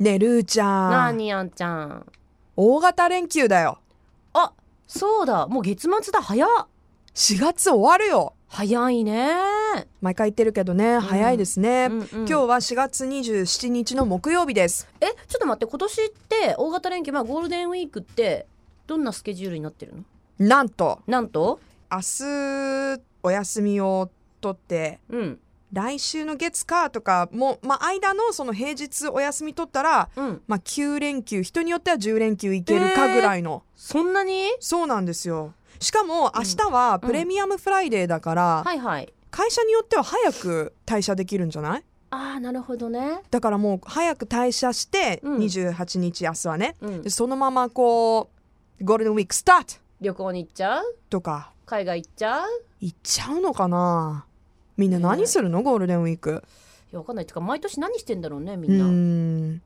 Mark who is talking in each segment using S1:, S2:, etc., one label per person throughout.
S1: ねるーちゃ
S2: なあ
S1: ん
S2: にあんちゃん
S1: 大型連休だよ
S2: あそうだもう月末だ早っ
S1: 4月終わるよ
S2: 早いね、
S1: 毎回言ってるけどね早いですね、
S2: うんうん
S1: 今日は4月27日の木曜日です
S2: えちょっと待って今年って大型連休まあゴールデンウィークってどんなスケジュールになってるの
S1: なんと
S2: なんと
S1: 明日お休みを取って
S2: うん
S1: 来週の月火とかも、まあ、間のその平日お休み取ったら、
S2: うん
S1: まあ、9連休人によっては10連休いけるかぐらいの、
S2: そんなに
S1: そうなんですよしかも明日はプレミアムフライデーだから、
S2: はいはい
S1: 会社によっては早く退社できるんじゃない
S2: ああなるほどね
S1: だからもう早く退社して
S2: うん
S1: 28日明日はね、
S2: うん
S1: でそのままこうゴールデンウィークスタート
S2: 旅行に行っちゃう
S1: とか
S2: 海外行っちゃう
S1: 行っちゃうのかなみんな何するの、ゴールデンウィーク
S2: いやわかんないてか毎年何してんだろうねみ
S1: うん
S2: な、い
S1: ーん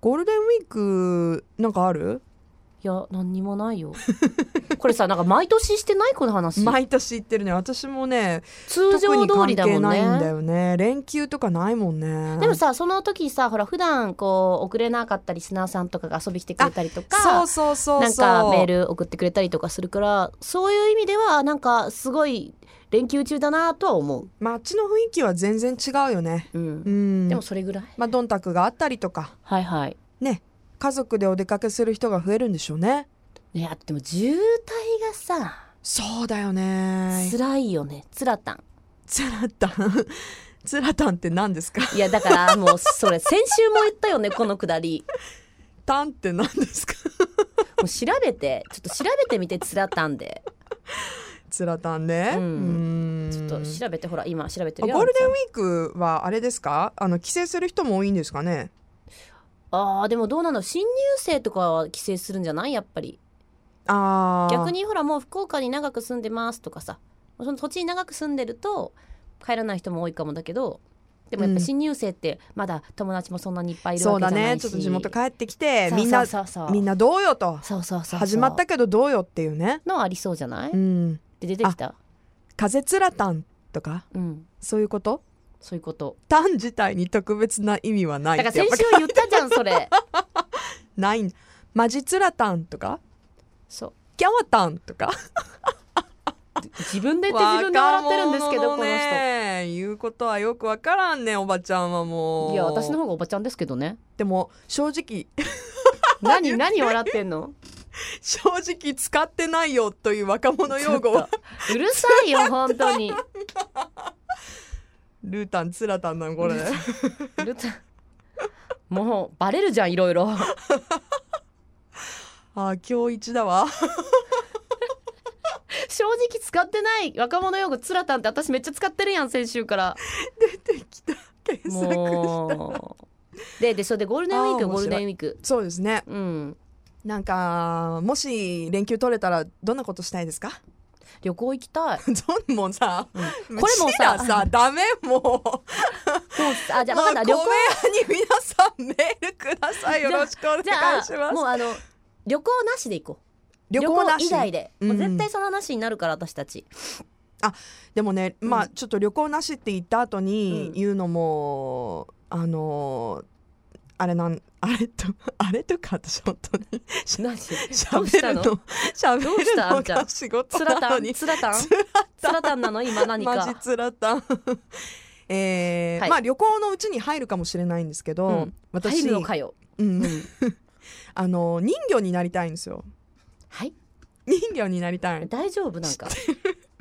S1: ゴールデンウィークなんかある
S2: や何にもないよこれさなんか毎年してないこ の話
S1: 毎年行ってるね私もね
S2: 通
S1: 特
S2: 常
S1: に
S2: 通
S1: 関
S2: りだも
S1: 係
S2: ん
S1: ないんだ
S2: ね
S1: よね連休とかないもんね
S2: でもさその時さほら普段こう送れなかったリスナーさんとかが遊び来てくれたりとか
S1: そうそうそうそう
S2: なんかメール送ってくれたりとかするからそういう意味ではなんかすごい連休中だなとは思う、
S1: 街の雰囲気は全然違うよね
S2: うん
S1: うん
S2: でもそれぐらい
S1: まあどんたくがあったりとか
S2: はいはい
S1: ね家族でお出かけする人が増えるんでしょうね
S2: ねあでも渋滞がさ
S1: そうだよね
S2: 辛いよねつらたん
S1: つらたん つらたんって何ですか
S2: いやだからもうそれ先週も言った よねこのくだり
S1: たんって何ですか
S2: もう調べてちょっと調べてみてつらたんで
S1: つらたんね
S2: うん
S1: うーん
S2: ちょっと調べてほら今調べて
S1: あ
S2: るよ
S1: ゴールデンウ
S2: ィーク
S1: ィークはあれですかあの帰省する人も多いんですかね
S2: あーでもどうなの新入生とかは帰省するんじゃないやっぱり
S1: あー
S2: 逆にほらもう福岡に長く住んでますとかさその土地に長く住んでると帰らない人も多いかもだけどでもやっ
S1: うん
S2: ぱ新入生ってまだ友達もそんなにいっぱいいる
S1: そ
S2: わ
S1: う
S2: け
S1: だ
S2: じゃない
S1: ね
S2: し
S1: ちょっと地元帰ってきて
S2: そう
S1: みんな
S2: そうそうそう
S1: みんなどうよと
S2: そうそうそうそう
S1: 始まったけどどうよっていうね
S2: のはありそうじゃない、
S1: う
S2: っ
S1: ん
S2: て出てきた
S1: 風つらたんとか
S2: うん
S1: そういうこと
S2: そういうこと
S1: たん自体に特別な意味はない
S2: だ
S1: っ
S2: から
S1: てやっ
S2: 先
S1: ぱ
S2: 週言ったじゃんそれ
S1: ないんマジツラタンとか
S2: そう
S1: キャワタンと か
S2: 自分で言って自分で笑ってるんですけど
S1: 若
S2: こ
S1: 者
S2: の人
S1: ね言うことはよくわからんねおばちゃんはもう
S2: いや私の方がおばちゃんですけどね
S1: でも正直
S2: 何何笑ってんの
S1: 正直使ってないよという若者用語は
S2: ちょっとうるさいよ本当に
S1: ルータンツラタンなのこれ
S2: うるさルタもうバレるじゃんいろい ろ
S1: あー今日一だわ
S2: 正直使ってない若者用語つらたんって私めっちゃ使ってるやん先週から
S1: 出てきた検索
S2: もうででそれでゴールデンウィーク
S1: あー
S2: よゴ
S1: 面
S2: ール
S1: 白い
S2: デンウィーク
S1: そうですね
S2: うん
S1: なんかもし連休取れたらどんなことしたいですか
S2: 旅行行きたい
S1: ゾンもさ、
S2: うん
S1: これ
S2: これもさ
S1: さダメもう
S2: そうあじゃあ分かった旅
S1: もう
S2: 行
S1: 小部屋に皆さんメールくださいよろしくお願い
S2: じゃ
S1: しま
S2: あも
S1: す
S2: うあの旅行なしで行こう
S1: 旅行な
S2: 以
S1: し
S2: 外で、もう
S1: うん
S2: 絶対その話になるから私たち
S1: でもねま
S2: う
S1: あちょっと旅行なしって言った後に
S2: うん
S1: 言うのも、あのーあれなんあれと あれとか私本 当に
S2: 何どうし
S1: 喋
S2: た
S1: るの
S2: の
S1: 喋
S2: どうし
S1: る
S2: たあ
S1: の
S2: んちゃん
S1: が仕事
S2: つら
S1: な
S2: た
S1: の
S2: ん
S1: に
S2: つらたん
S1: つ
S2: つらたんなの今何
S1: マジ
S2: か
S1: つらたん えー
S2: はい
S1: まあ旅行のうちに入るかもしれないんですけど、
S2: うん入
S1: 私
S2: るのかよ、
S1: うん
S2: うん
S1: あの人魚になりたいんですよ
S2: はい
S1: 人魚になりたい
S2: 大丈夫なんか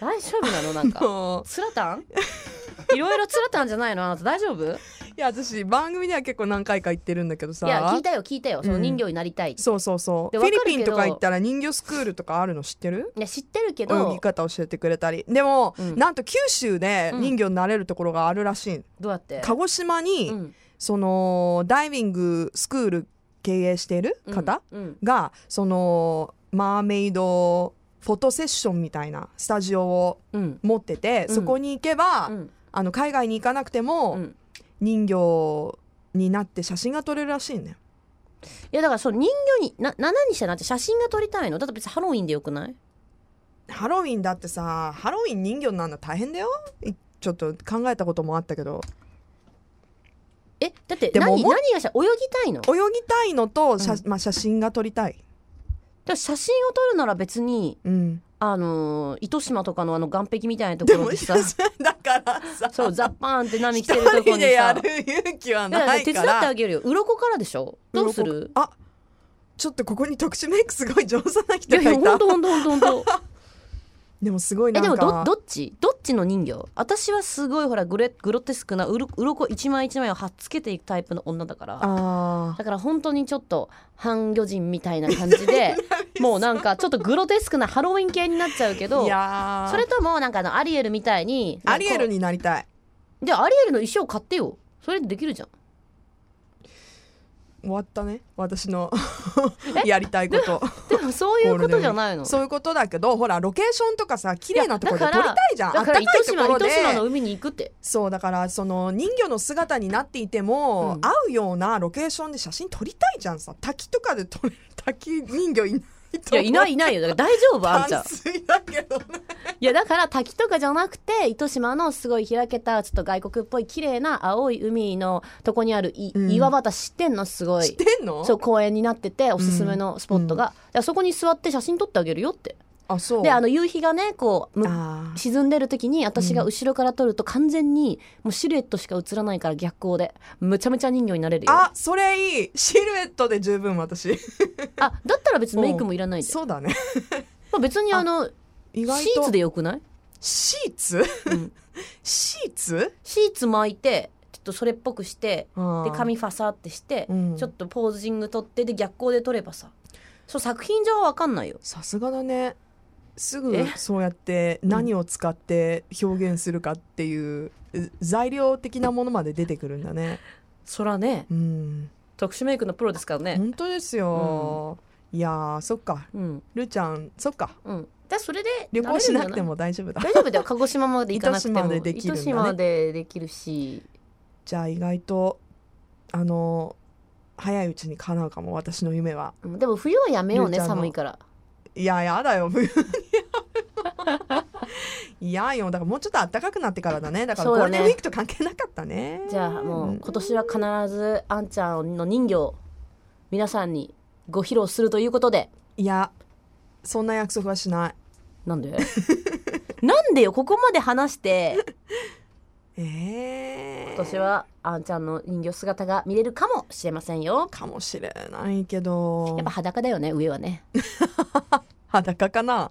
S2: 大丈夫なのなんか
S1: もう
S2: つらたん いろいろつらたんじゃないのあなた大丈夫い
S1: いや私番組では結構何回か行ってるんだけどさ
S2: や聞いたよ聞いたよその
S1: うん
S2: 人形になりたい、
S1: そうそうそう
S2: で
S1: フィ
S2: わか
S1: リ
S2: るけど
S1: ピンとか行ったら人魚スクールとかあるの知ってる
S2: いや知ってるけ
S1: 泳ぎ
S2: ど
S1: 方教えてくれたりでも、
S2: うん
S1: なんと九州で人魚になれるところがあるらしい、
S2: どうやって
S1: 鹿児島に、
S2: うん
S1: そのダイビングスクール経営している方
S2: うんうん
S1: が、そのマーメイドフォトセッションみたいなスタジオを
S2: うん
S1: 持ってて、
S2: うん
S1: そこに行けば、
S2: うん
S1: あの海外に行かなくても、
S2: うん
S1: 人魚になって写真が撮れるらしいね
S2: いやだからその人形にな7にしたらなんて写真が撮りたいのだって別にハロウィンでよくない
S1: ハロウィンだってさハロウィン人魚になるの大変だよいちょっと考えたこともあったけど
S2: えだって
S1: でも
S2: 何
S1: 思っ
S2: 何がしゃ泳ぎたいのだか
S1: 泳ぎたいのと写,、
S2: うん
S1: まあ、写真が撮りたい、
S2: ら写真を撮るなら別に
S1: うん、
S2: あのー糸島とかのあの岸壁みたいなと
S1: で
S2: ころ
S1: も
S2: で
S1: い
S2: さ
S1: やそれだからさ
S2: そうザッパーンって波
S1: 一
S2: 来てるところ
S1: 人
S2: に
S1: でや
S2: さ
S1: る勇気は
S2: だから
S1: ない
S2: 手伝
S1: か
S2: ってあ
S1: ら
S2: げるよ鱗からでしょどうする
S1: あちょっとここに特殊メイクすごい上手ない
S2: い
S1: 人
S2: やい
S1: が
S2: や
S1: いた
S2: 本当本当本当
S1: でもすごいな
S2: え
S1: ん
S2: で
S1: か
S2: もどどっちどっちの人形私はすごいほらグレグロテスクなうろ鱗一枚一枚をはっつけていくタイプの女だから
S1: あ
S2: だから本当にちょっと半魚人みたいな感 じでもうなんかちょっとグロテスクなハロウィン系になっちゃう
S1: ー
S2: け
S1: い
S2: ど
S1: やー
S2: それともなんかあのアリエルみたいに
S1: アリエル
S2: こ
S1: になりたいう
S2: でアリエルの衣装買ってよそれできるじゃん
S1: 終わったね私の
S2: え
S1: やりたいこと
S2: でもそういうことじゃないの
S1: そういうことだけどほらロケーションとかさ綺麗なところで撮りたいじゃんあ
S2: だ
S1: っ
S2: か
S1: た
S2: ら
S1: かい
S2: 糸
S1: と
S2: 島
S1: ころで
S2: 糸島の海に行くって
S1: そうだからその人魚の姿になっていても、
S2: うん
S1: 合うようなロケーションで写真撮りたいじゃんさ滝とかで撮れる滝人魚いない
S2: い
S1: と
S2: やいないいないよだから大丈夫あんちゃん
S1: 淡水だけどね
S2: いやだから滝とかじゃなくて糸島のすごい開けたちょっと外国っぽい綺麗な青い海のとこにあるい、
S1: うん
S2: 岩場知ってんのすご
S1: 知っ
S2: い
S1: てんの
S2: そう公園になってておすすめのスポットが、だからそこに座って写真撮ってあげるよって
S1: あそう
S2: であの夕日がねこうむ
S1: あー
S2: 沈んでる時に私が後ろから撮ると完全にもうシルエットしか映らないから逆光でむちゃむちゃ人形になれるよあ
S1: あそれいいシルエットで十分私
S2: だったら別にメイクもいらないで、
S1: そうだね
S2: まあ、別にあの
S1: 意外と
S2: シーツでよくない、
S1: シーツ
S2: うん、
S1: シーツ
S2: シーツ巻いてちょっとそれっぽくして
S1: で
S2: で髪ファサってして、
S1: うん
S2: ちょっとポージング撮ってで逆光で撮ればさそう作品上は分かんないよ
S1: さすがだねす
S2: え
S1: ぐそうやって何を使って表現するかっていうう材料的なものまで出てくるんだね
S2: そらね
S1: うん
S2: 特殊メイクのプロですからね
S1: 本当ですよ、いやーそっか
S2: うん
S1: るーちゃんそっか
S2: うんだそれで
S1: 旅行しなくて
S2: も
S1: も大丈夫だ
S2: 大丈夫だよ鹿児島まで行かなくても
S1: 糸島でできるんだね
S2: 糸島でできるし
S1: じゃあ意外とあの早いうちに叶うかも私の夢は
S2: うんでも冬はやめようね
S1: ルーちゃんの
S2: 寒いから
S1: いややだ よ冬にやるいやよだからもうちょっと暖かくなってからだねだから
S2: そ
S1: ゴ
S2: う
S1: ー
S2: だ
S1: ル
S2: ね
S1: デンウィークと関係なかったね
S2: じゃあも
S1: ん
S2: う今年は必ずあんちゃんの人形皆さんにご披露するということで
S1: いやそんな約束はしない
S2: な んでなんでよここまで話して
S1: ええ
S2: 今年はあんちゃんの人形姿が見れるかもしれませんよ
S1: かもしれないけど
S2: やっぱ裸だよね上はね
S1: 裸かな